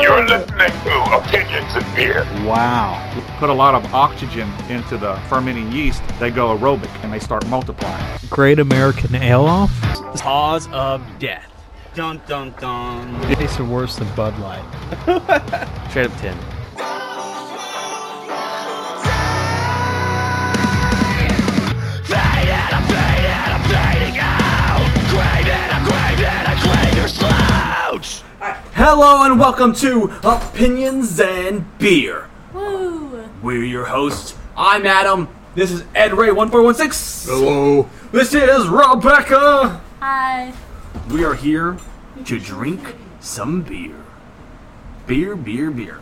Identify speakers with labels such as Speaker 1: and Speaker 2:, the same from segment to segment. Speaker 1: You're listening to Opinions and Beer.
Speaker 2: Wow.
Speaker 3: put a lot of oxygen into the fermenting yeast, they go aerobic and they start multiplying.
Speaker 2: Great American Ale Off?
Speaker 4: Cause of death. Dun dun dun.
Speaker 2: It tastes worse than Bud Light.
Speaker 4: Straight up 10.
Speaker 5: Hello and welcome to Opinions and Beer.
Speaker 6: Woo!
Speaker 5: We're your hosts. I'm Adam. This is Ed Ray 1416.
Speaker 2: Hello.
Speaker 5: This is Rebecca.
Speaker 6: Hi.
Speaker 5: We are here to drink some beer. Beer, beer, beer.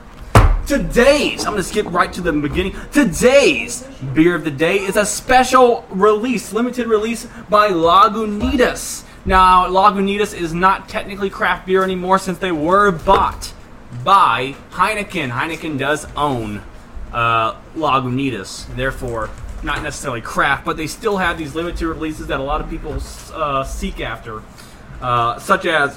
Speaker 5: Today's, I'm going to skip right to the beginning. Today's beer of the day is a special release, limited release by Lagunitas. Now, Lagunitas is not technically craft beer anymore since they were bought by Heineken. Heineken does own uh, Lagunitas, therefore not necessarily craft, but they still have these limited releases that a lot of people uh, seek after, uh, such as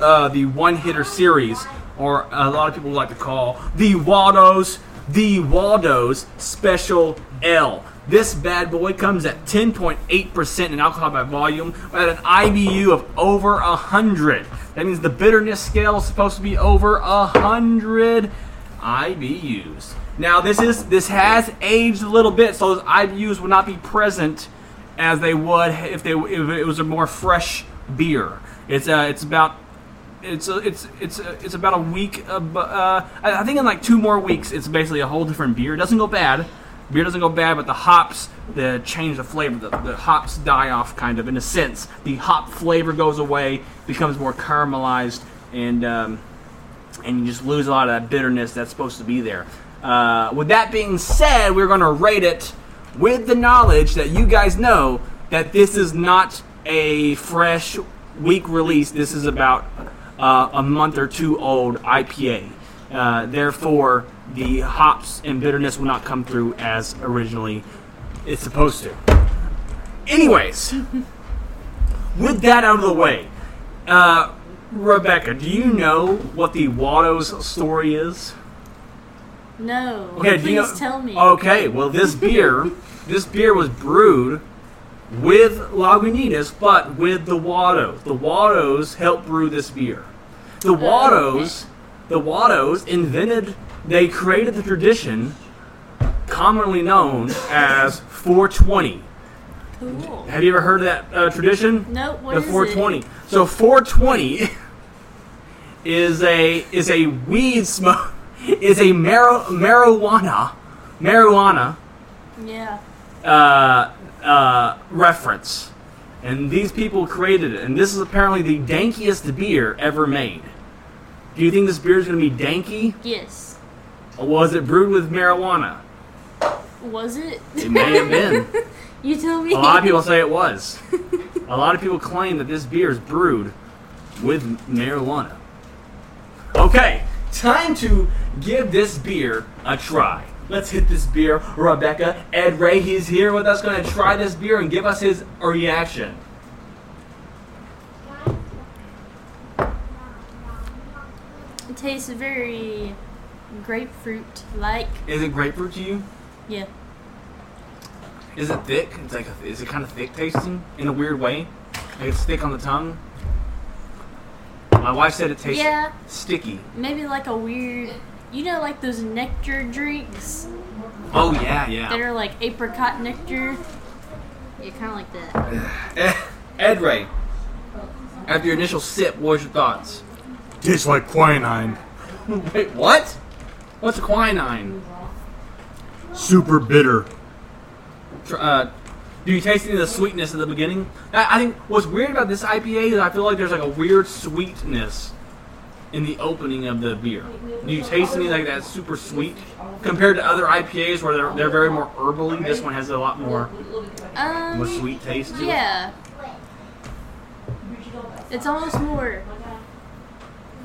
Speaker 5: uh, the One Hitter series, or a lot of people like to call the Waldo's the Waldo's Special L. This bad boy comes at 10.8% in alcohol by volume at an IBU of over 100. That means the bitterness scale is supposed to be over 100. IBUs. Now this is this has aged a little bit, so those IBUs will not be present as they would if they if it was a more fresh beer. It's uh, it's about it's uh, it's it's uh, it's about a week. Uh, bu- uh, I I think in like two more weeks, it's basically a whole different beer. It doesn't go bad. Beer doesn't go bad, but the hops the change the flavor. The, the hops die off, kind of in a sense. The hop flavor goes away, becomes more caramelized, and um, and you just lose a lot of that bitterness that's supposed to be there. Uh, with that being said, we're going to rate it with the knowledge that you guys know that this is not a fresh week release. This is about uh, a month or two old IPA. Uh, therefore, the hops and bitterness will not come through as originally it's supposed to. Anyways, with that out of the way, uh, Rebecca, do you know what the Watto's story is?
Speaker 6: No.
Speaker 5: do
Speaker 6: Please
Speaker 5: you know- Oh,
Speaker 6: tell me.
Speaker 5: Okay, well, this beer, this beer was brewed with Lagunitas, but with the Wattos. The Wattos helped brew this beer.
Speaker 6: Oh,
Speaker 5: The Wattos, the Wattos invented, they created the tradition commonly known as 420.
Speaker 6: Cool.
Speaker 5: Have you ever heard of that uh, tradition?
Speaker 6: No, what
Speaker 5: the
Speaker 6: is
Speaker 5: 420. So 420 is a is a weed smoke is a mar- marijuana marijuana
Speaker 6: it? Yeah.
Speaker 5: uh, uh, reference, and these people created it. And this is apparently the dankiest beer ever made. Do you think this beer is going to be danky?
Speaker 6: Yes.
Speaker 5: Or was it brewed with marijuana?
Speaker 6: Was it?
Speaker 5: It may have been.
Speaker 6: you tell me.
Speaker 5: A lot of people say it was. A lot of people claim that this beer is brewed with marijuana. Okay, time to give this beer a try. Let's hit this beer. Rebecca, Ed Ray, he's here with us, gonna try this beer and give us his reaction.
Speaker 6: It tastes very grapefruit like.
Speaker 5: Is it grapefruit to you?
Speaker 6: Yeah.
Speaker 5: Is it thick? It's like, is it kind of thick tasting in a weird way? Like it's thick on the tongue? My wife said it tastes
Speaker 6: Yeah.
Speaker 5: sticky.
Speaker 6: Maybe like a weird. You know, like those nectar drinks
Speaker 5: Oh yeah, yeah.
Speaker 6: that are like apricot nectar? Yeah, kind of like that.
Speaker 5: Eh, Ed Ray, after your initial sip, what was your thoughts?
Speaker 3: Tastes like quinine.
Speaker 5: Wait, what? What's quinine?
Speaker 3: Super bitter.
Speaker 5: Tr- Uh, do you taste any of the sweetness at the beginning? I, I think what's weird about this IPA is I feel like there's like a weird sweetness in the opening of the beer. Do you taste any like that super sweet compared to other IPAs where they're, they're very more herbally? This one has a lot more,
Speaker 6: Um.
Speaker 5: more sweet taste. To It.
Speaker 6: Yeah. It's almost more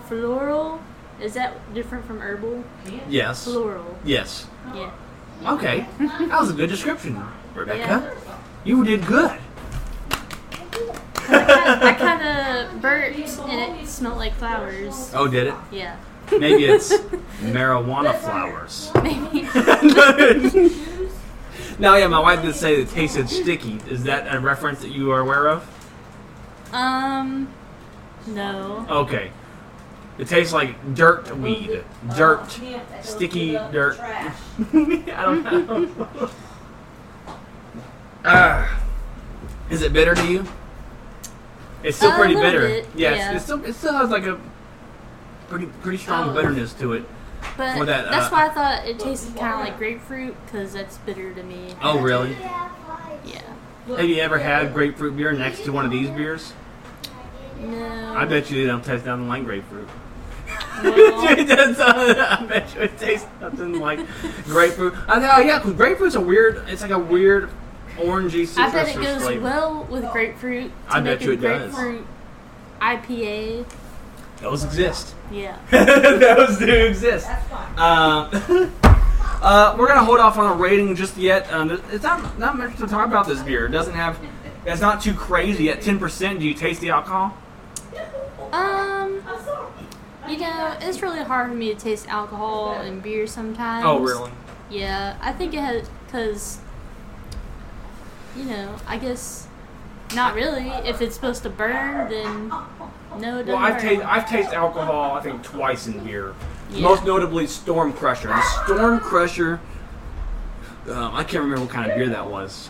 Speaker 6: floral. Is that different from herbal?
Speaker 5: Yes.
Speaker 6: Floral.
Speaker 5: Yes.
Speaker 6: Yeah.
Speaker 5: Okay, that was a good description, Rebecca. You did good.
Speaker 6: I kind of burped and it smelled like flowers.
Speaker 5: Oh, did it?
Speaker 6: Yeah.
Speaker 5: Maybe it's marijuana flowers.
Speaker 6: Maybe.
Speaker 5: now, yeah, my wife did say it tasted sticky. Is that a reference that you are aware of?
Speaker 6: Um. No.
Speaker 5: Okay. It tastes like dirt weed.
Speaker 6: Oh,
Speaker 5: Dirt. Sticky
Speaker 6: uh,
Speaker 5: dirt. I don't know. Ah. is it bitter to you? It's still
Speaker 6: A
Speaker 5: pretty
Speaker 6: little
Speaker 5: bitter.
Speaker 6: bit,
Speaker 5: yeah, it's-
Speaker 6: yeah.
Speaker 5: It's still, it still has like a pretty pretty strong
Speaker 6: Oh.
Speaker 5: bitterness to it.
Speaker 6: But
Speaker 5: Or that,
Speaker 6: that's
Speaker 5: uh,
Speaker 6: why I thought it tasted kind of like grapefruit, because that's bitter to me.
Speaker 5: Oh, really?
Speaker 6: Yeah.
Speaker 5: Have you ever had grapefruit beer next to one of these beers?
Speaker 6: No.
Speaker 5: I bet you they don't taste nothing like grapefruit.
Speaker 6: well,
Speaker 5: It does, uh, I bet you it tastes nothing like grapefruit. I know, yeah, 'cause grapefruit's a weird. It's like a weird orangey citrus
Speaker 6: I bet it goes
Speaker 5: flavor.
Speaker 6: well with grapefruit. To
Speaker 5: I
Speaker 6: make
Speaker 5: bet you
Speaker 6: a
Speaker 5: it does.
Speaker 6: grapefruit IPA.
Speaker 5: Those exist.
Speaker 6: Yeah.
Speaker 5: Those do exist. Um, uh, we're gonna hold off on a rating just yet. Um, it's not not much to talk about this beer. It doesn't have. It's not too crazy. At ten percent, do you taste the alcohol?
Speaker 6: Um, you know, it's really hard for me to taste alcohol and beer sometimes.
Speaker 5: Oh, really?
Speaker 6: Yeah, I think it has because, you know, I guess not really. If it's supposed to burn, then no, it doesn't
Speaker 5: Well, I've,
Speaker 6: burn.
Speaker 5: ta- I've tasted alcohol, I think, twice in beer.
Speaker 6: Yeah.
Speaker 5: Most notably, Storm Crusher. And Storm Crusher, um, I can't remember what kind of beer that was.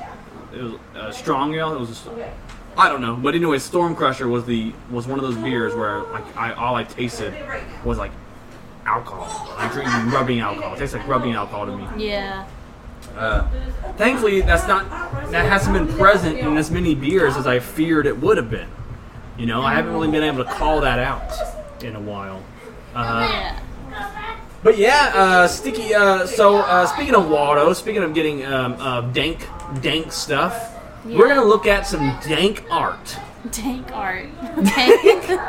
Speaker 5: It was a strong ale. It was, I I don't know, but anyway, Storm Crusher was the was one of those beers where like I all I tasted was like alcohol. I drink rubbing alcohol. It tastes like rubbing alcohol to me.
Speaker 6: yeah,
Speaker 5: Uh, thankfully, that's not that hasn't been present in as many beers as I feared it would have been. You know, I haven't really been able to call that out in a while. Uh,
Speaker 6: yeah.
Speaker 5: but yeah, uh, sticky. Uh, so uh, speaking of Waldo, speaking of getting um, uh, dank, dank stuff, we're
Speaker 6: Yeah.
Speaker 5: gonna look at some dank art.
Speaker 6: Tank art. Tank.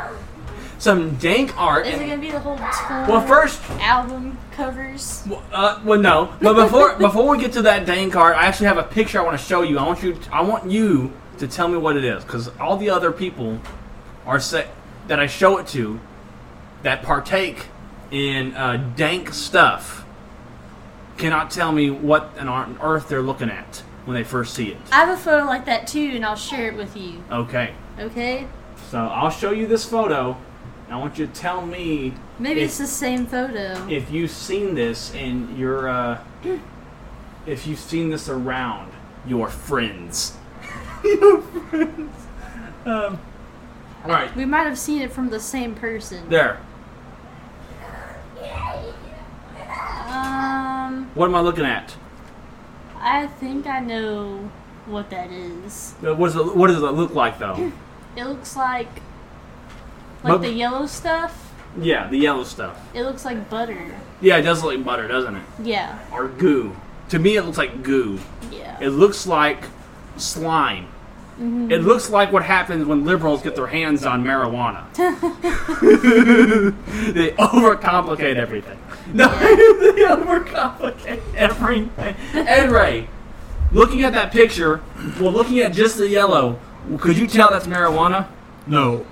Speaker 5: Some dank art.
Speaker 6: Is it
Speaker 5: and-
Speaker 6: gonna be the whole tour?
Speaker 5: well, first,
Speaker 6: album covers.
Speaker 5: Uh, well, no. But before before we get to that dang card, I actually have a picture I want to show you. I want you I want you to tell me what it is because all the other people are say, that I show it to that partake in uh, dank stuff cannot tell me what on ar- on earth they're looking at when they first see it.
Speaker 6: I have a photo like that too, and I'll share it with you.
Speaker 5: Okay,
Speaker 6: Okay.
Speaker 5: so I'll show you this photo. And I want you to tell me
Speaker 6: Maybe
Speaker 5: It-
Speaker 6: it's the same photo.
Speaker 5: if you've seen this and you're uh, if you've seen this around your friends your friends um, all right
Speaker 6: We might have seen it from the same person.
Speaker 5: there
Speaker 6: Um,
Speaker 5: what am i looking at
Speaker 6: I think I know what that is.
Speaker 5: Uh, what does it, what does it look like though
Speaker 6: It looks like
Speaker 5: But-
Speaker 6: like the yellow stuff.
Speaker 5: yeah the yellow stuff
Speaker 6: It looks like butter.
Speaker 5: yeah it does look like butter doesn't it
Speaker 6: Yeah,
Speaker 5: or goo to me it looks like goo it
Speaker 6: yeah.
Speaker 5: looks like slime it looks like what happens when liberals get their hands on marijuana they overcomplicate everything. No, they overcomplicate everything. Ed Ray, looking at that picture, well, looking at just the yellow, could you tell that's marijuana? No.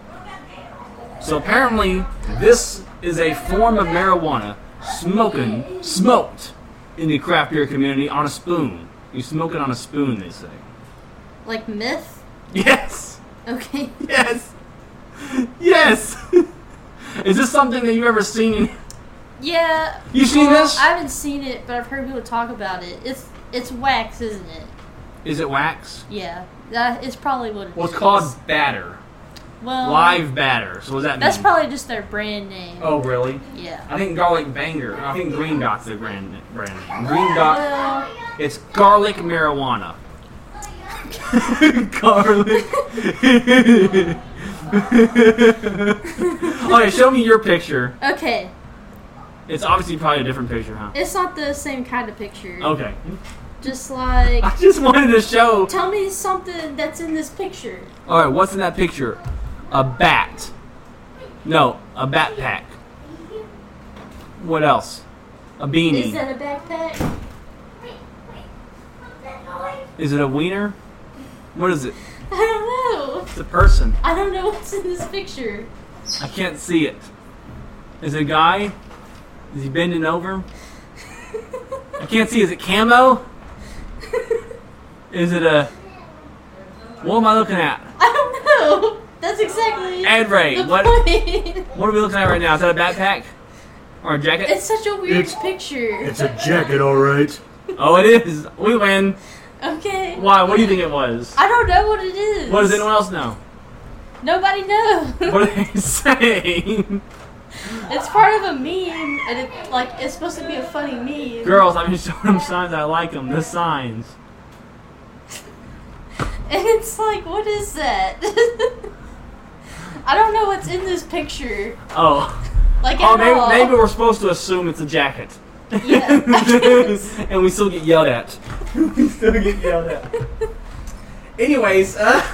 Speaker 5: So apparently, this is a form of marijuana smoking, smoked in the craft beer community on a spoon. You smoke it on a spoon, they say.
Speaker 6: Like myth.
Speaker 5: Yes!
Speaker 6: Okay.
Speaker 5: Yes! Yes! is this something that you've ever seen?
Speaker 6: Yeah.
Speaker 5: You seen
Speaker 6: well,
Speaker 5: this?
Speaker 6: I haven't seen it, but I've heard people talk about it. It's it's wax, isn't it?
Speaker 5: Is it wax?
Speaker 6: Yeah. That is probably what it
Speaker 5: Well, it's
Speaker 6: is.
Speaker 5: called batter.
Speaker 6: Well,
Speaker 5: Live batter. So what does that
Speaker 6: Um, That's
Speaker 5: mean?
Speaker 6: probably just their brand name.
Speaker 5: Oh, really?
Speaker 6: Yeah.
Speaker 5: I think garlic banger. I think Green Dot's the brand. brand. name. Green
Speaker 6: Uh,
Speaker 5: Dot.
Speaker 6: Well,
Speaker 5: It's garlic marijuana. garlic. okay, show me your picture.
Speaker 6: okay.
Speaker 5: It's obviously probably a different picture, huh?
Speaker 6: It's not the same kind of picture.
Speaker 5: Okay.
Speaker 6: Just like.
Speaker 5: I just wanted to show.
Speaker 6: Tell me something that's in this picture.
Speaker 5: All right, what's in that picture? A bat. No, a backpack. What else? A beanie.
Speaker 6: Is that a backpack?
Speaker 5: Is it a wiener? What is it?
Speaker 6: I don't know.
Speaker 5: It's a person.
Speaker 6: I don't know what's in this picture.
Speaker 5: I can't see it. Is it a guy? Is he bending over? I can't see. Is it camo? Is it a? What am I looking at?
Speaker 6: I don't know. That's exactly
Speaker 5: Ad rate.
Speaker 6: the
Speaker 5: What?
Speaker 6: point.
Speaker 5: What are we looking at right now? Is that a backpack or a jacket?
Speaker 6: It's such a weird
Speaker 7: It's-
Speaker 6: picture.
Speaker 7: It's a jacket, all right.
Speaker 5: oh, it is. We win.
Speaker 6: okay.
Speaker 5: Why? What do you think it was?
Speaker 6: I don't know what it is.
Speaker 5: What does anyone else know?
Speaker 6: Nobody knows.
Speaker 5: What are they saying?
Speaker 6: it's part of a meme, and it like it's supposed to be a funny meme.
Speaker 5: Girls, I've been showing them signs. I like them. The signs.
Speaker 6: And it's like, what is that? I don't know what's in this picture.
Speaker 5: Oh.
Speaker 6: Like
Speaker 5: Oh,
Speaker 6: at
Speaker 5: maybe,
Speaker 6: all.
Speaker 5: maybe we're supposed to assume it's a jacket.
Speaker 6: Yeah, I guess.
Speaker 5: and we still get yelled at. we still get yelled at. Anyways, uh,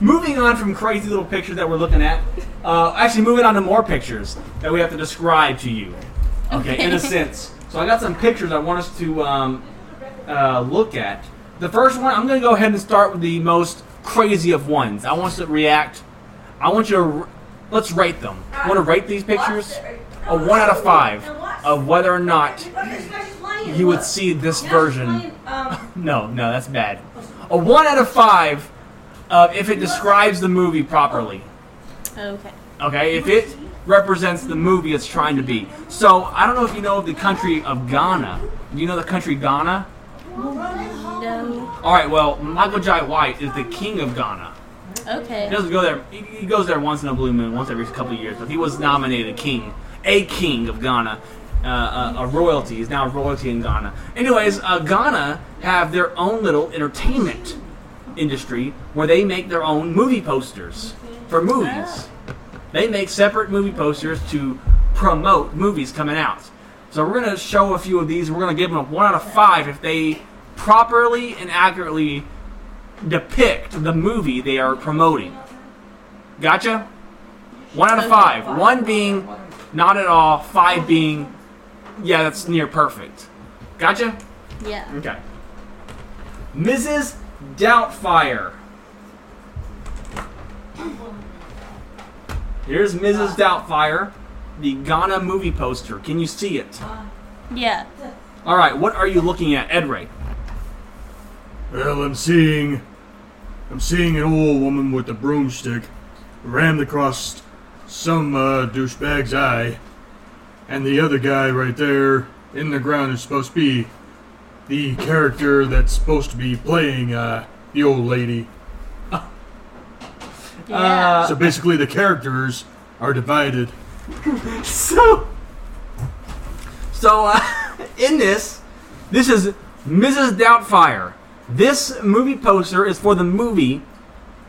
Speaker 5: moving on from crazy little pictures that we're looking at, uh, actually moving on to more pictures that we have to describe to you. Okay, in a sense. So I got some pictures I want us to um, uh, look at. The first one, I'm going to go ahead and start with the most crazy of ones. I want us to react. I want you to. r let's rate them. Want to rate these pictures? A one out of five of whether or not you would see this version.
Speaker 6: Um,
Speaker 5: No, no, that's bad. A one out of five of if it describes the movie properly.
Speaker 6: okay.
Speaker 5: Okay, if it represents the movie it's trying to be. So I don't know if you know the country of Ghana. You know the country Ghana?
Speaker 6: No.
Speaker 5: All right. Well, Michael Jai White is the king of Ghana. He
Speaker 6: Okay.
Speaker 5: doesn't go there. He, he goes there once in a blue moon, once every couple of years. But he was nominated king, a king of Ghana, uh, a, a royalty. He's now a royalty in Ghana. Anyways, uh, Ghana have their own little entertainment industry where they make their own movie posters for movies. They make separate movie posters to promote movies coming out. So we're gonna show a few of these. We're gonna give them a one out of five if they properly and accurately depict the movie they are promoting. Gotcha? One out of five. One being not at all, five being, yeah, that's near perfect. Gotcha?
Speaker 6: Yeah.
Speaker 5: Okay. Mrs. Doubtfire. Here's Mrs. Doubtfire, the Ghana movie poster. Can you see it?
Speaker 6: Yeah.
Speaker 5: All right, what are you looking at, Ed Ray?
Speaker 7: Well, I'm seeing, I'm seeing an old woman with a broomstick rammed across some uh, douchebag's eye, and the other guy right there in the ground is supposed to be the character that's supposed to be playing uh, the old lady.
Speaker 5: Uh,
Speaker 6: Yeah.
Speaker 7: So basically, the characters are divided.
Speaker 5: So, so uh, in this, this is Mrs. Doubtfire. This movie poster is for the movie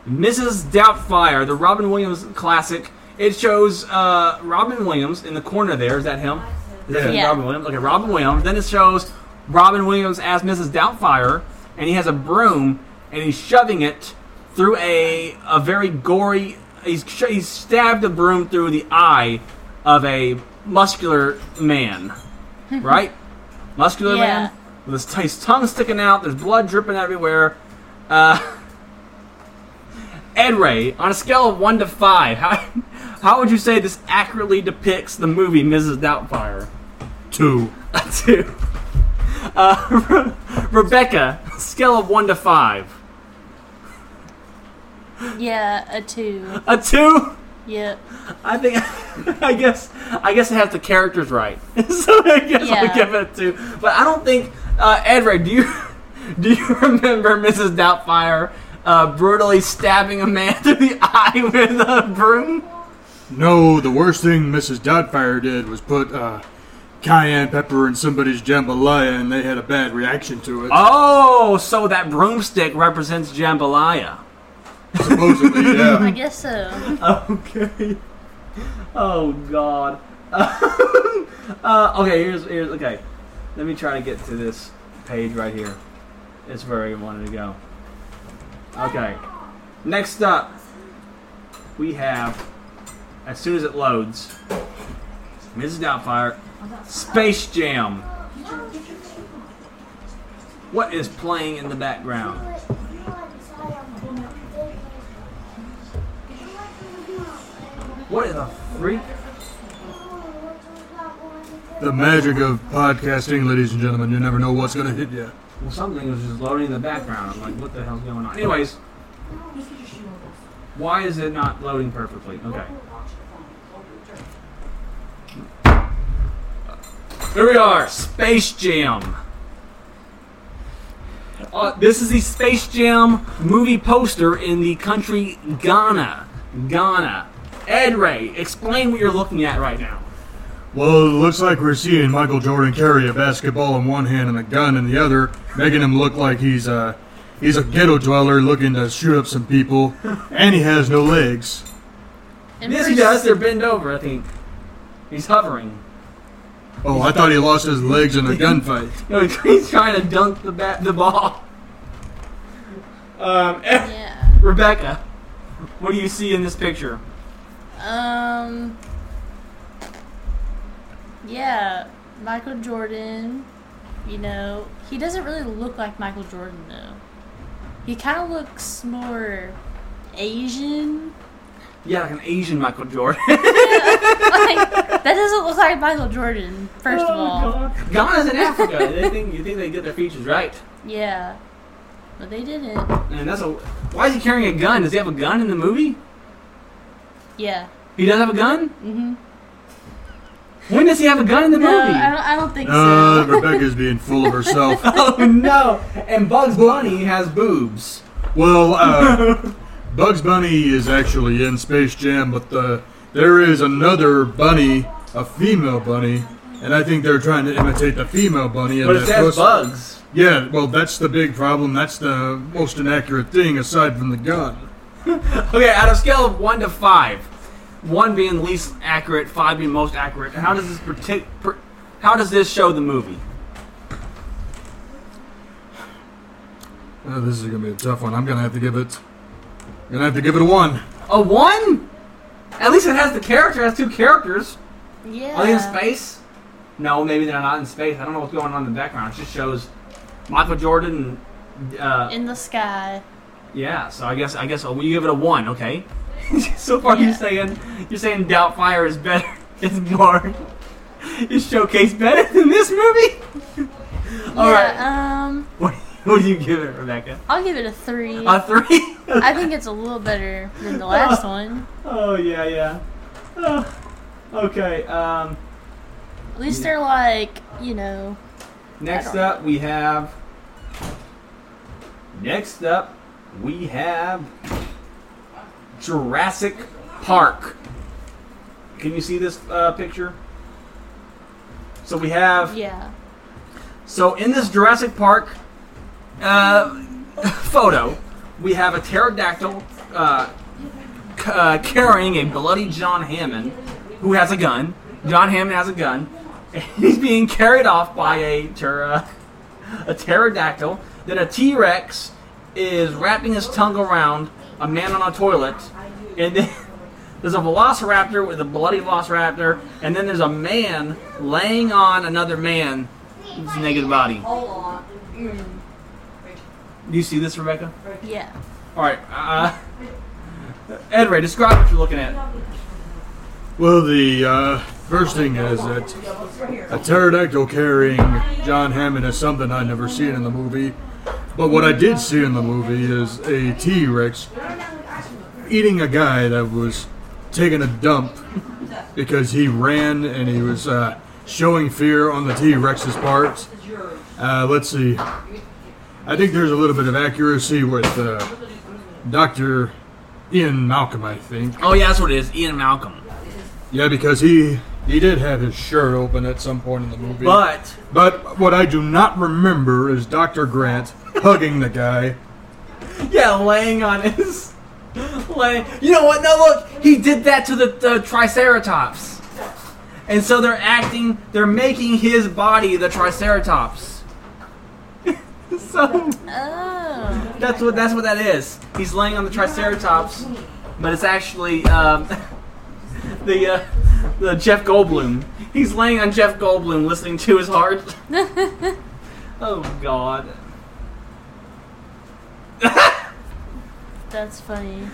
Speaker 5: Mrs. Doubtfire, the Robin Williams classic. It shows uh, Robin Williams in the corner there. Is that him? Is that
Speaker 6: Yeah.
Speaker 5: Robin Williams? Okay, Robin Williams. Then it shows Robin Williams as Mrs. Doubtfire, and he has a broom, and he's shoving it through a a very gory. He's sh- he's stabbed a broom through the eye of a muscular man, right? Muscular
Speaker 6: Yeah.
Speaker 5: man with his, his tongue sticking out. There's blood dripping everywhere. Uh, Ed Ray, on a scale of one to five, how how would you say this accurately depicts the movie Mrs. Doubtfire?
Speaker 7: Two.
Speaker 5: Two. Uh, Rebecca, scale of one to five.
Speaker 6: Yeah. A two.
Speaker 5: A two.
Speaker 6: Yep.
Speaker 5: I think. I guess. I guess it has the characters right. so I guess I'll
Speaker 6: Yeah.
Speaker 5: give it a two. But I don't think. Uh, Edred, do you do you remember Mrs. Doubtfire uh, brutally stabbing a man through the eye with a broom?
Speaker 7: No, the worst thing Mrs. Doubtfire did was put uh, cayenne pepper in somebody's jambalaya, and they had a bad reaction to it.
Speaker 5: Oh, so that broomstick represents jambalaya.
Speaker 7: Supposedly, yeah.
Speaker 6: I guess so.
Speaker 5: Okay. Oh God. uh, okay, here's here's okay. Let me try to get to this page right here. It's where I wanted to go. Okay. Next up, we have. As soon as it loads, Mrs. Doubtfire, Space Jam. What is playing in the background? What in the freak?
Speaker 7: the magic of podcasting, ladies and gentlemen. You never know what's gonna hit you.
Speaker 5: Well, something was just loading in the background. I'm like, what the hell's going on? Anyways, why is it not loading perfectly? Okay. Here we are, Space Jam. Uh, this is the Space Jam movie poster in the country Ghana. Ghana. Ed Ray, explain what you're looking at right now.
Speaker 7: Well, it looks like we're seeing Michael Jordan carry a basketball in one hand and a gun in the other, making him look like he's a he's a ghetto dweller looking to shoot up some people, and he has no legs.
Speaker 6: And
Speaker 5: Yes, he
Speaker 6: pers-
Speaker 5: does. They're bent over, I think. He's hovering.
Speaker 7: Oh, I thought he lost his legs in a gunfight.
Speaker 5: No, he's trying to dunk the bat, the ball. Um, eh,
Speaker 6: Yeah.
Speaker 5: Rebecca, what do you see in this picture?
Speaker 6: Um. Yeah, Michael Jordan. You know, he doesn't really look like Michael Jordan though. He kind of looks more Asian.
Speaker 5: Yeah, like an Asian Michael Jordan.
Speaker 6: Like that doesn't look like Michael Jordan. First
Speaker 5: Oh,
Speaker 6: of all,
Speaker 5: Ghana's in Africa. they think you think they get their features right,
Speaker 6: yeah, but they didn't.
Speaker 5: and that's a. Why is he carrying a gun? Does he have a gun in the movie?
Speaker 6: Yeah.
Speaker 5: He does have a gun.
Speaker 6: Mhm.
Speaker 5: When does he have a gun in the
Speaker 6: No,
Speaker 5: movie?
Speaker 6: I don't, I don't think so.
Speaker 7: Uh, Rebecca's being full of herself.
Speaker 5: Oh no! And Bugs Bunny has boobs.
Speaker 7: Well, uh, Bugs Bunny is actually in Space Jam, but the, there is another bunny, a female bunny, and I think they're trying to imitate the female bunny. in
Speaker 5: But it
Speaker 7: that
Speaker 5: says
Speaker 7: poster.
Speaker 5: Bugs.
Speaker 7: Yeah, well, that's the big problem. That's the most inaccurate thing, aside from the gun.
Speaker 5: Okay, out of scale of one to five, one being least accurate, five being most accurate, how does this partic- per- how does this show the movie?
Speaker 7: Uh, this is gonna be a tough one. I'm gonna have to give it. I'm gonna have to give it a one.
Speaker 5: A one? At least it has the character. It has two characters.
Speaker 6: yeah.
Speaker 5: Are they in space? No, maybe they're not in space. I don't know what's going on in the background. It just shows Michael Jordan. and, Uh,
Speaker 6: In the sky.
Speaker 5: yeah, so I guess I guess oh, well, you give it a one, okay? so far, you're
Speaker 6: Yeah.
Speaker 5: saying you're saying Doubtfire is better. It's more. Is showcased better than this movie? All
Speaker 6: yeah,
Speaker 5: right.
Speaker 6: Um,
Speaker 5: What what do you give it, Rebecca?
Speaker 6: I'll give it a three.
Speaker 5: A three?
Speaker 6: I think it's a little better than the last one.
Speaker 5: oh yeah, yeah. Oh, okay. Um,
Speaker 6: At least they're like, you know,
Speaker 5: next
Speaker 6: I don't
Speaker 5: up we have. Next up, we have Jurassic Park. Can you see this uh, picture? So we have.
Speaker 6: yeah.
Speaker 5: So in this Jurassic Park uh, photo, we have a pterodactyl uh, c- uh, carrying a bloody John Hammond, who has a gun. John Hammond has a gun. And he's being carried off by a pter- a pterodactyl. Then a T Rex is wrapping his tongue around a man on a toilet, and then. There's a velociraptor with a bloody velociraptor, and then there's a man laying on another man it's a naked body. Do you see this, Rebecca?
Speaker 6: Yeah.
Speaker 5: All right. Uh, Ed Ray, describe what you're looking at.
Speaker 7: Well, the uh, first thing is that a pterodactyl carrying John Hammond is something I'd never seen in the movie. But what I did see in the movie is a T Rex eating a guy that was taking a dump because he ran and he was uh, showing fear on the T Rex's part. Uh, let's see. I think there's a little bit of accuracy with uh, Dr. Ian Malcolm, I think.
Speaker 5: Oh yeah, that's what it is. Ian Malcolm.
Speaker 7: Yeah, because he he did have his shirt open at some point in the movie.
Speaker 5: But
Speaker 7: But what I do not remember is Dr. Grant hugging the guy.
Speaker 5: yeah, laying on his laying. You know what? No, look, he did that to the, the Triceratops, and so they're acting. They're making his body the Triceratops. so
Speaker 6: Oh.
Speaker 5: That's what that's what that is. He's laying on the Triceratops, but it's actually um, the uh, the Jeff Goldblum. He's laying on Jeff Goldblum, listening to his heart. oh God.
Speaker 6: That's funny.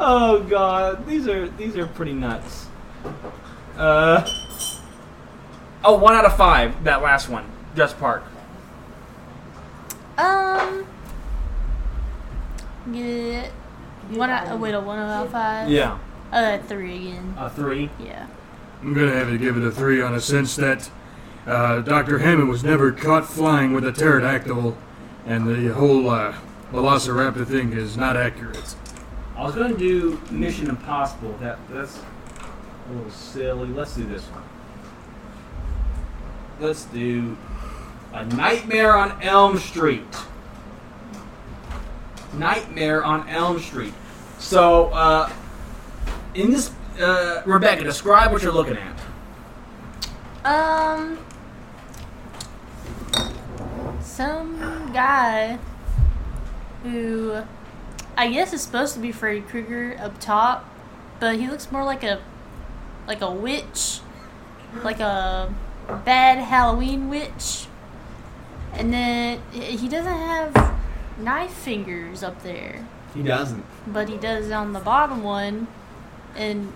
Speaker 5: oh God, these are these are pretty nuts. Uh, Uh, oh, one out of five. That last one, Just Park.
Speaker 6: Um. Get it. One out, oh, wait, a one out of five?
Speaker 5: Yeah,
Speaker 6: Uh, three again.
Speaker 5: a three.
Speaker 6: Yeah.
Speaker 7: I'm gonna have to give it a three on a sense that uh, Dr. Hammond was never caught flying with a pterodactyl, and the whole uh, Velociraptor thing is not accurate.
Speaker 8: I was going to do Mission Impossible. That that's a little silly. Let's do this one. Let's do a Nightmare on Elm Street.
Speaker 5: Nightmare on Elm Street. So, uh, in this, uh, Rebecca, describe what you're looking at.
Speaker 6: Um. Some guy who I guess is supposed to be Freddy Krueger up top, but he looks more like a like a witch, like a bad Halloween witch. And then he he doesn't have knife fingers up there,
Speaker 8: He doesn't.
Speaker 6: but he does on the bottom one. And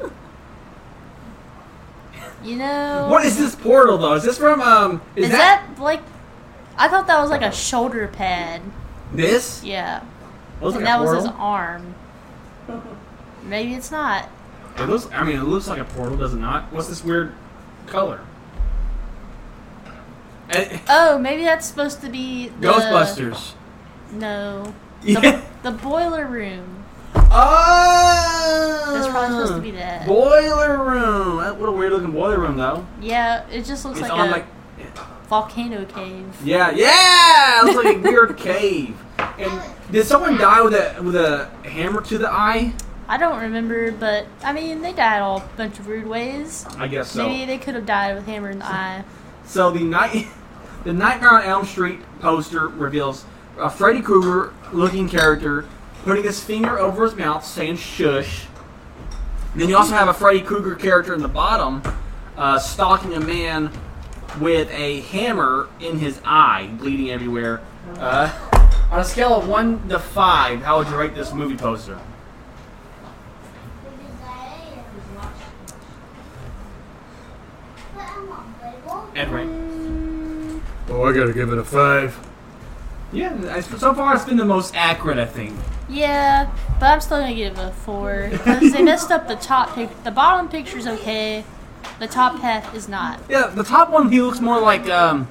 Speaker 6: you know
Speaker 5: What is this portal, though? Is this from, um, is,
Speaker 6: is that, like? I thought that was like a shoulder pad.
Speaker 5: this?
Speaker 6: Yeah,
Speaker 5: Looks
Speaker 6: and
Speaker 5: like a
Speaker 6: that was his
Speaker 5: portal.
Speaker 6: arm. Maybe it's not.
Speaker 5: It looks, I mean, it looks like a portal, does it not? What's this weird color? Eh,
Speaker 6: Oh, maybe that's supposed to be the,
Speaker 5: Ghostbusters.
Speaker 6: No,
Speaker 5: Yeah.
Speaker 6: the boiler room.
Speaker 5: Oh!
Speaker 6: That's probably supposed to be that.
Speaker 5: Boiler room. That- What a weird looking boiler room, though.
Speaker 6: Yeah, it just looks
Speaker 5: It's
Speaker 6: like
Speaker 5: on
Speaker 6: a
Speaker 5: like
Speaker 6: volcano cave.
Speaker 5: Yeah, yeah! It looks like a weird cave. And did someone die with a with a hammer to the eye?
Speaker 6: I don't remember, but I mean they died all a bunch of rude ways.
Speaker 5: I guess so.
Speaker 6: Maybe they could have died with hammer in the eye.
Speaker 5: So the night, the Nightmare on Elm Street poster reveals a Freddy Krueger looking character putting his finger over his mouth, saying "shush." Then you also have a Freddy Krueger character in the bottom, uh, stalking a man with a hammer in his eye, bleeding everywhere. Uh, on a scale of one to five, how would you rate this movie poster? Edwin.
Speaker 6: Mm,
Speaker 7: Oh, I gotta give it a five.
Speaker 5: Yeah, I- so far it's been the most accurate, I think.
Speaker 6: Yeah, but I'm still gonna give it a four because they messed up the top pic. The bottom picture's okay, the top half is not.
Speaker 5: Yeah, the top one he looks more like um,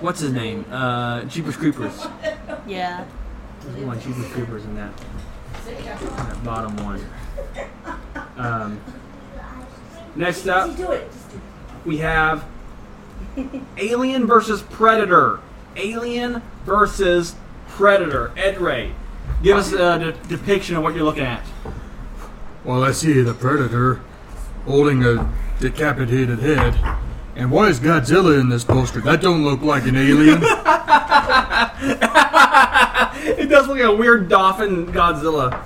Speaker 5: what's his name? Uh, Jeepers Creepers.
Speaker 6: Yeah,
Speaker 5: There's more like Jeepers Creepers in that, in that bottom one. Um, next up, we have Alien versus Predator. Alien versus Predator. Ed Ray, give us a de- depiction of what you're looking at.
Speaker 7: Well, I see the Predator holding a decapitated head. And why is Godzilla in this poster? That don't look like an alien.
Speaker 5: it does look like a weird dolphin Godzilla.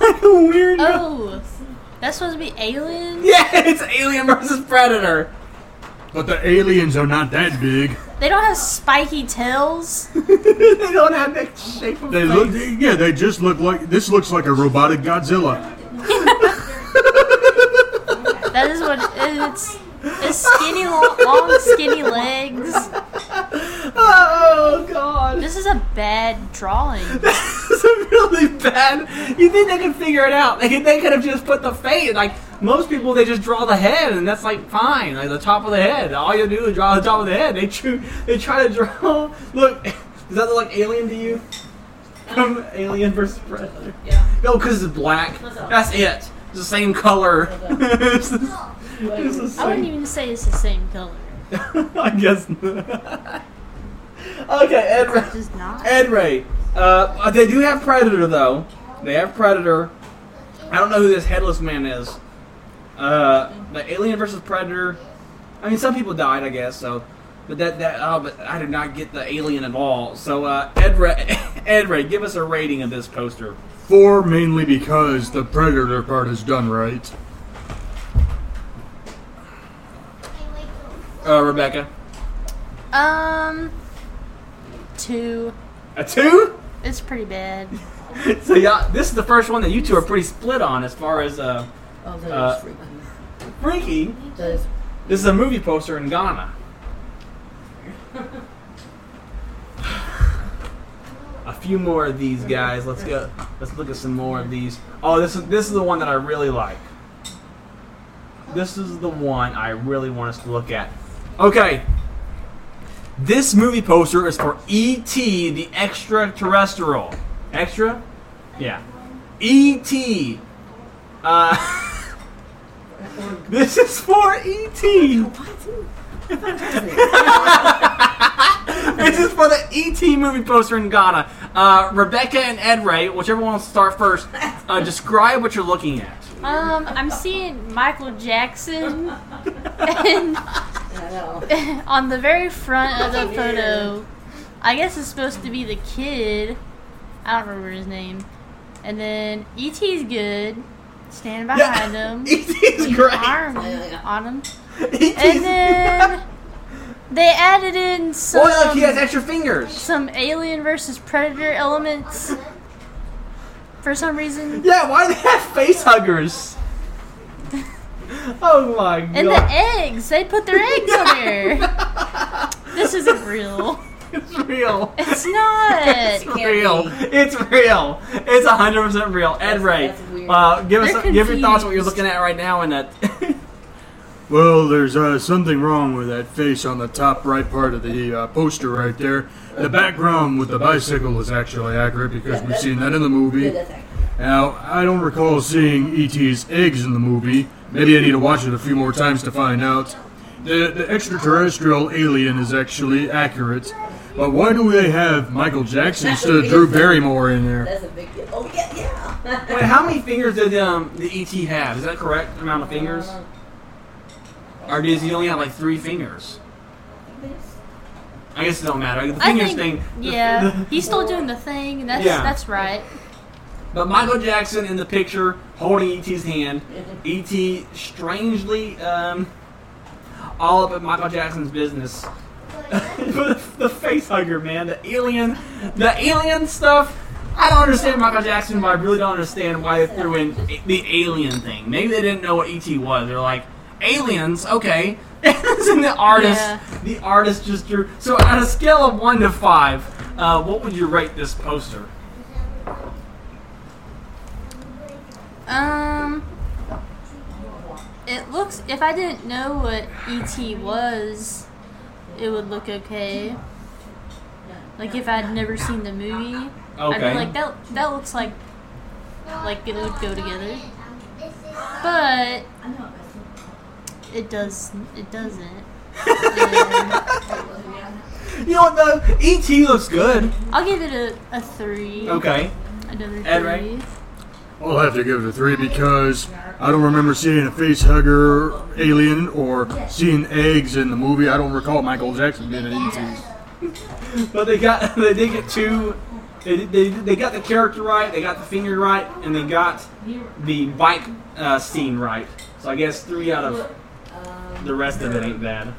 Speaker 5: Like a weird.
Speaker 6: Oh, that's supposed to be alien.
Speaker 5: Yeah, it's Alien versus Predator.
Speaker 7: but the aliens are not that big.
Speaker 6: They don't have spiky tails.
Speaker 5: they don't have that shape of
Speaker 7: They look, yeah, they just look like this looks like a robotic Godzilla.
Speaker 6: That is what it's. It's skinny, long, long skinny legs.
Speaker 5: Oh god,
Speaker 6: This is a bad drawing.
Speaker 5: this is really bad. You think they could figure it out? They could, they could have just put the face. Like most people, they just draw the head, and that's like fine, like the top of the head. All you do is draw the top of the head. They true, they try to draw. Look, does that look like Alien to you? From Alien versus Predator.
Speaker 9: Yeah.
Speaker 5: No, because it's black. That's it. It's the same color. It's the- it's the
Speaker 6: I wouldn't
Speaker 5: same.
Speaker 6: even say it's the same color.
Speaker 5: I guess. not. okay, Ed. Ra-
Speaker 6: It's just not.
Speaker 5: Ed Ray. Uh, they do have Predator though. They have Predator. I don't know who this headless man is. Uh, the Alien versus Predator. I mean, some people died, I guess. So, but that that oh, but I did not get the alien at all. So, uh, Ed Ray, Ed Ray, give us a rating of this poster.
Speaker 7: Four mainly because the Predator part is done right.
Speaker 5: Uh, Rebecca,
Speaker 6: Um, two.
Speaker 5: a two.
Speaker 6: It's pretty bad.
Speaker 5: so yeah, this is the first one that you two are pretty split on as far as uh,
Speaker 9: Oh,
Speaker 5: Uh,
Speaker 9: there's freaking
Speaker 5: Frankie,
Speaker 6: Does
Speaker 5: this is a movie poster in Ghana. A few more of these guys. Let's go. Let's look at some more of these. Oh, this is this is the one that I really like. This is the one I really want us to look at. Okay. This movie poster is for E.T. the extraterrestrial. Extra? Yeah. E.T. Uh, this is for E E.T. this is for the E.T. movie poster in Ghana. Uh, Rebecca and Ed Ray, whichever one wants to start first, uh, describe what you're looking at.
Speaker 6: um I'm seeing Michael Jackson and on the very front of the photo, I guess it's supposed to be the kid. I don't remember his name. And then E.T.'s good, standing behind him.
Speaker 5: E.T.'s
Speaker 6: with
Speaker 5: E great. E
Speaker 6: Arm on him.
Speaker 5: E.T.'s
Speaker 6: And then they added in some
Speaker 5: Oh, look, he has extra fingers.
Speaker 6: some Alien versus Predator elements for some reason.
Speaker 5: Yeah, why do they have face huggers? oh my god.
Speaker 6: And the eggs, they put their eggs on there. This isn't real.
Speaker 5: it's real.
Speaker 6: It's not.
Speaker 5: It's real. It's real. It's hundred percent real. Ed Ray,
Speaker 9: that's weird.
Speaker 5: uh, give us
Speaker 6: They're
Speaker 5: give your thoughts on what you're
Speaker 6: confused.
Speaker 5: looking at right now, and that
Speaker 7: Well, there's uh, something wrong with that face on the top right part of the uh, poster right there. The background with the bicycle is actually accurate because we've seen that in the movie. Now, I don't recall seeing E.T.'s eggs in the movie. Maybe I need to watch it a few more times to find out. The, the extraterrestrial alien is actually accurate. But why do they have Michael Jackson instead of Drew Barrymore in there?
Speaker 9: That's a big deal. Oh yeah, yeah.
Speaker 5: wait, how many fingers did um, the ET have? Is that correct amount of fingers?
Speaker 6: Uh,
Speaker 5: Or does he only have like three fingers? I guess it don't matter. The
Speaker 6: I
Speaker 5: fingers
Speaker 6: think,
Speaker 5: thing. the-
Speaker 6: yeah,
Speaker 5: the-
Speaker 6: he's still doing the thing. That's
Speaker 5: Yeah.
Speaker 6: that's right.
Speaker 5: But Michael Jackson in the picture holding E.T.'s hand. E.T. strangely um, all up in Michael Jackson's business. the, the face hugger, man. The alien, the alien stuff. I don't understand Michael Jackson, but I really don't understand why they threw in a- the alien thing. Maybe they didn't know what E.T. was. They're like, aliens, okay. and the artist,
Speaker 6: Yeah.
Speaker 5: the artist just drew. So on a scale of one to five, uh, what would you rate this poster?
Speaker 6: Um, it looks. If I didn't know what ET was, it would look okay. Like if I'd never seen the movie, I'd
Speaker 5: Okay.
Speaker 6: be like that. That looks like like it would go together. But it does. It doesn't. And
Speaker 5: You know what though? ET looks good.
Speaker 6: I'll give it a, a three.
Speaker 5: Okay.
Speaker 6: Another
Speaker 5: Ed,
Speaker 6: three.
Speaker 5: right?
Speaker 7: I'll have to give it a three because I don't remember seeing a face hugger alien or seeing eggs in the movie. I don't recall Michael Jackson being an ET.
Speaker 5: But they got they did get two. They, they, they got the character right. They got the finger right, and they got the bike uh, scene right. So I guess three out of the rest of it ain't bad.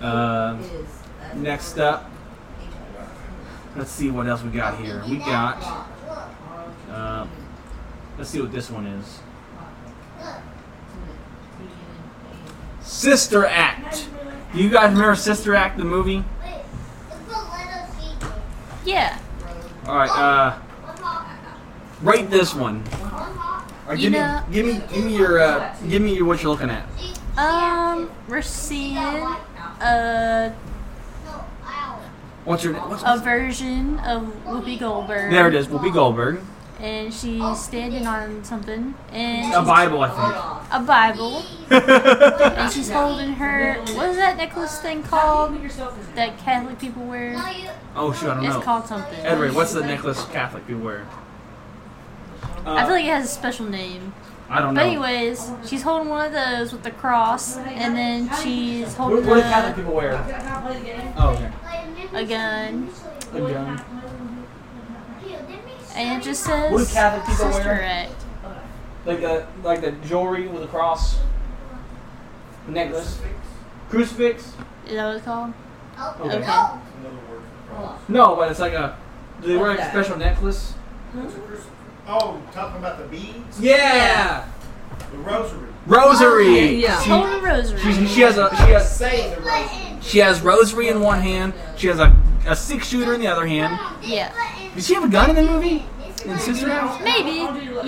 Speaker 5: Uh, next up, let's see what else we got here. We got. Uh, let's see what this one is. Sister Act. You guys remember Sister Act, the movie?
Speaker 6: Yeah.
Speaker 5: All right. Uh, rate this one. Or
Speaker 6: You
Speaker 5: give me,
Speaker 6: know-
Speaker 5: give me, give me your, uh, give me your what you're looking at.
Speaker 6: Um, we're seeing a,
Speaker 5: What's your? What's,
Speaker 6: a version of Whoopi Goldberg.
Speaker 5: there it is. Whoopi Goldberg.
Speaker 6: And she's standing on something, and
Speaker 5: A
Speaker 6: she's-
Speaker 5: Bible, I
Speaker 6: a Bible,
Speaker 5: think.
Speaker 6: and she's holding her. What is that necklace thing called that Catholic people wear?
Speaker 5: oh shoot, I don't
Speaker 6: It's
Speaker 5: know.
Speaker 6: called something.
Speaker 5: Edward, what's the necklace Catholic you wear?
Speaker 6: I feel like it has a special name.
Speaker 5: uh, I don't know.
Speaker 6: But anyways, she's holding one of those with the cross, and then she's
Speaker 5: what,
Speaker 6: holding
Speaker 5: what do Catholic
Speaker 6: a,
Speaker 5: people wear? Oh, okay.
Speaker 6: a gun,
Speaker 5: A gun.
Speaker 6: and it just says
Speaker 5: What do Catholic people
Speaker 6: Sister
Speaker 5: wear?
Speaker 6: Act.
Speaker 5: Like the like the jewelry with a cross. Necklace. Crucifix.
Speaker 6: Is that what it's called?
Speaker 5: Okay.
Speaker 6: Okay.
Speaker 5: No, but it's like a. Do they wear like a
Speaker 9: Okay.
Speaker 5: special necklace?
Speaker 10: Oh, talking about the beads?
Speaker 5: Yeah.
Speaker 10: The rosary.
Speaker 2: Rosary.
Speaker 10: Oh, Yeah.
Speaker 2: She-
Speaker 6: Total rosary.
Speaker 2: She, she has a she has
Speaker 10: Saying the rosary.
Speaker 2: she has rosary in one hand. She has a, a six shooter in the other hand.
Speaker 6: yeah.
Speaker 2: Did she have a gun in the movie? In Sister Act?
Speaker 6: Maybe.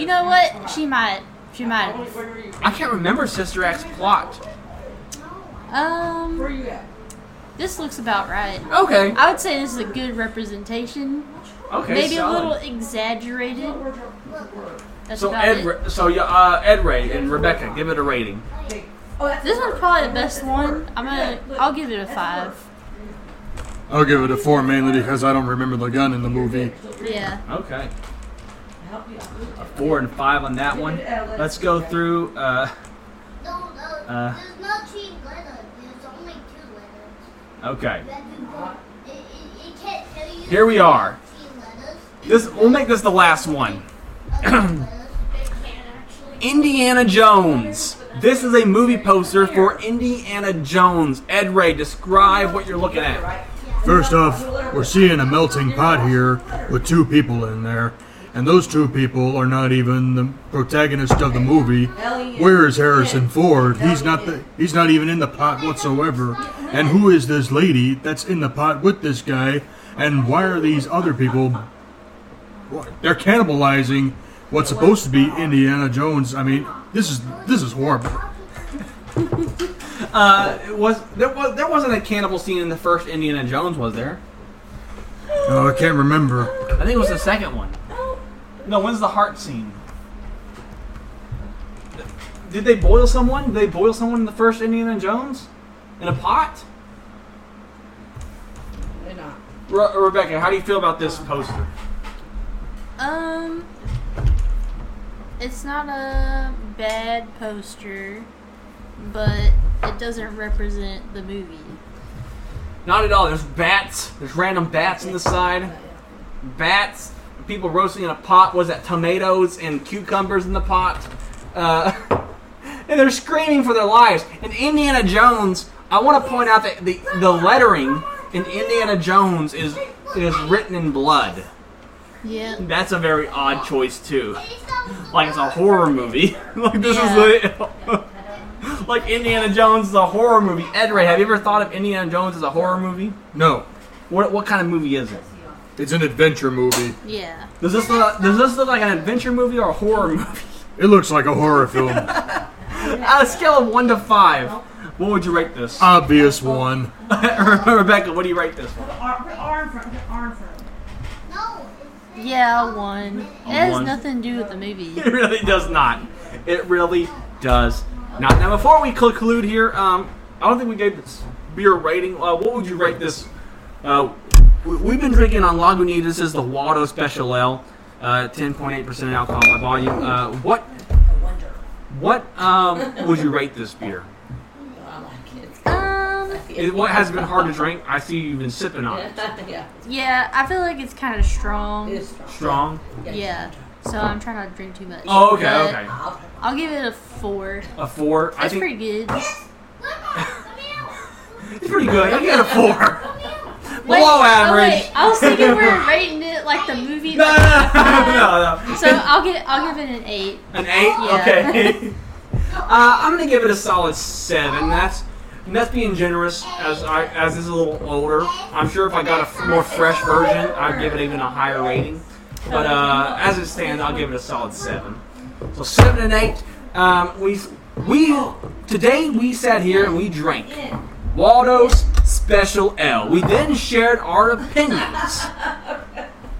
Speaker 6: You know what? She might. She might. have.
Speaker 2: I can't remember Sister Act's plot.
Speaker 6: Um, this looks about right.
Speaker 2: Okay.
Speaker 6: I would say this is a good representation.
Speaker 2: Okay.
Speaker 6: Maybe a
Speaker 2: solid.
Speaker 6: little exaggerated. That's
Speaker 2: So
Speaker 6: about
Speaker 2: Ed,
Speaker 6: it.
Speaker 2: Ra- so yeah, uh, Ed Ray and Rebecca, give it a rating.
Speaker 6: This one's probably the best one. I'm gonna. I'll give it a five.
Speaker 7: I'll give it a four mainly because I don't remember the gun in the movie.
Speaker 6: Yeah.
Speaker 2: Okay. A four and five on that one. Let's go through. Uh, Uh.
Speaker 10: there's no three letters. There's only two letters.
Speaker 2: okay.
Speaker 10: That you want. It, it, it can't tell you
Speaker 2: Here we are.
Speaker 10: three letters.
Speaker 2: This we'll make this the last one.
Speaker 10: Other letters. It can't actually.
Speaker 2: Indiana Jones. This is a movie poster for Indiana Jones. Ed Ray, describe what you're looking at.
Speaker 7: First off, we're seeing a melting pot here with two people in there, and those two people are not even the protagonist of the movie. Where is Harrison Ford? He's not the, he's not even in the pot whatsoever. And who is this lady that's in the pot with this guy? And why are these other people? They're cannibalizing what's supposed to be Indiana Jones. I mean, this is this is horrible.
Speaker 2: Uh, it was there was there wasn't a cannibal scene in the first Indiana Jones, was there?
Speaker 7: Oh, I can't remember.
Speaker 2: I think it was the second one. No, when's the heart scene? Did they boil someone? Did they boil someone in the first Indiana Jones? In a pot? Re- Rebecca, how do you feel about this poster?
Speaker 6: Um, it's not a bad poster, but it doesn't represent the movie.
Speaker 2: Not at all. There's bats. There's random bats on the side. Bats. People roasting in a pot. Was that tomatoes and cucumbers in the pot? Uh, and they're screaming for their lives. And Indiana Jones. I want to point out that the the lettering in Indiana Jones is is written in blood.
Speaker 6: Yeah.
Speaker 2: That's a very odd choice too. Like it's a horror movie. like this is a, like Indiana Jones is a horror movie. Ed Ray, have you ever thought of Indiana Jones as a horror movie?
Speaker 7: No,
Speaker 2: What what kind of movie is it?
Speaker 7: it's an adventure movie.
Speaker 6: Yeah.
Speaker 2: Does this look, does this look like an adventure movie or a horror movie?
Speaker 7: It looks like a horror film.
Speaker 2: On a scale of one to five, what would you rate this?
Speaker 7: Obvious one.
Speaker 2: Rebecca, what do you rate this one?
Speaker 10: No. It's
Speaker 6: Yeah, one. It has
Speaker 2: one.
Speaker 6: nothing to do with the movie.
Speaker 2: It really does not. It really does not. Now, before we conclude here, um, I don't think we gave this beer rating. Uh, what would you rate this? Uh, we- we've been drinking on Lagunitas. This is the Wado Special Ale, uh, 10.8% alcohol by volume. Uh, what what um, would you rate this beer?
Speaker 6: Um,
Speaker 2: It, what has been hard to drink? I see you've been sipping on it.
Speaker 10: yeah.
Speaker 6: yeah, I feel like it's kind of strong.
Speaker 10: It's strong.
Speaker 2: Strong.
Speaker 6: Yeah. So I'm trying not to drink too much.
Speaker 2: Oh, okay,
Speaker 6: But
Speaker 2: okay.
Speaker 6: I'll give it a four.
Speaker 2: A four. I
Speaker 6: That's
Speaker 2: think
Speaker 6: pretty good.
Speaker 2: it's pretty good. I get a four.
Speaker 6: Wait,
Speaker 2: Below
Speaker 6: oh,
Speaker 2: average.
Speaker 6: wait, I was thinking we were rating it like the movie.
Speaker 2: no,
Speaker 6: like,
Speaker 2: no, no, no, no.
Speaker 6: So I'll give I'll give it an eight.
Speaker 2: An eight.
Speaker 6: Yeah.
Speaker 2: Okay. uh, I'm gonna give it a solid seven. That's that's being generous. As I as it's a little older, I'm sure if I got a f- more fresh version, I'd give it even a higher rating. But uh, as it stands, I'll give it a solid seven. So seven and eight. Um, we we today we sat here and we drank Waldo's Special L. We then shared our opinions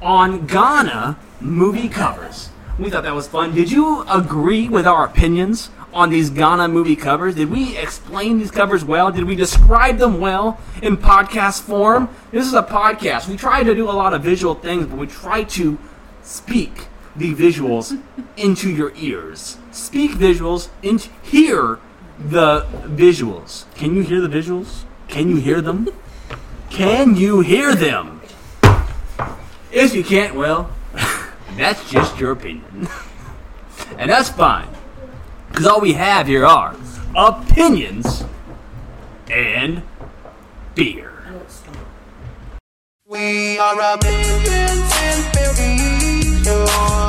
Speaker 2: on Ghana movie covers. We thought that was fun. Did you agree with our opinions on these Ghana movie covers? Did we explain these covers well? Did we describe them well in podcast form? This is a podcast. We try to do a lot of visual things, but we try to speak the visuals into your ears. Speak visuals and hear the visuals. Can you hear the visuals? Can you hear them? Can you hear them? If you can't, well, that's just your opinion. and that's fine. Because all we have here are opinions and beer.
Speaker 11: We are a million and billion.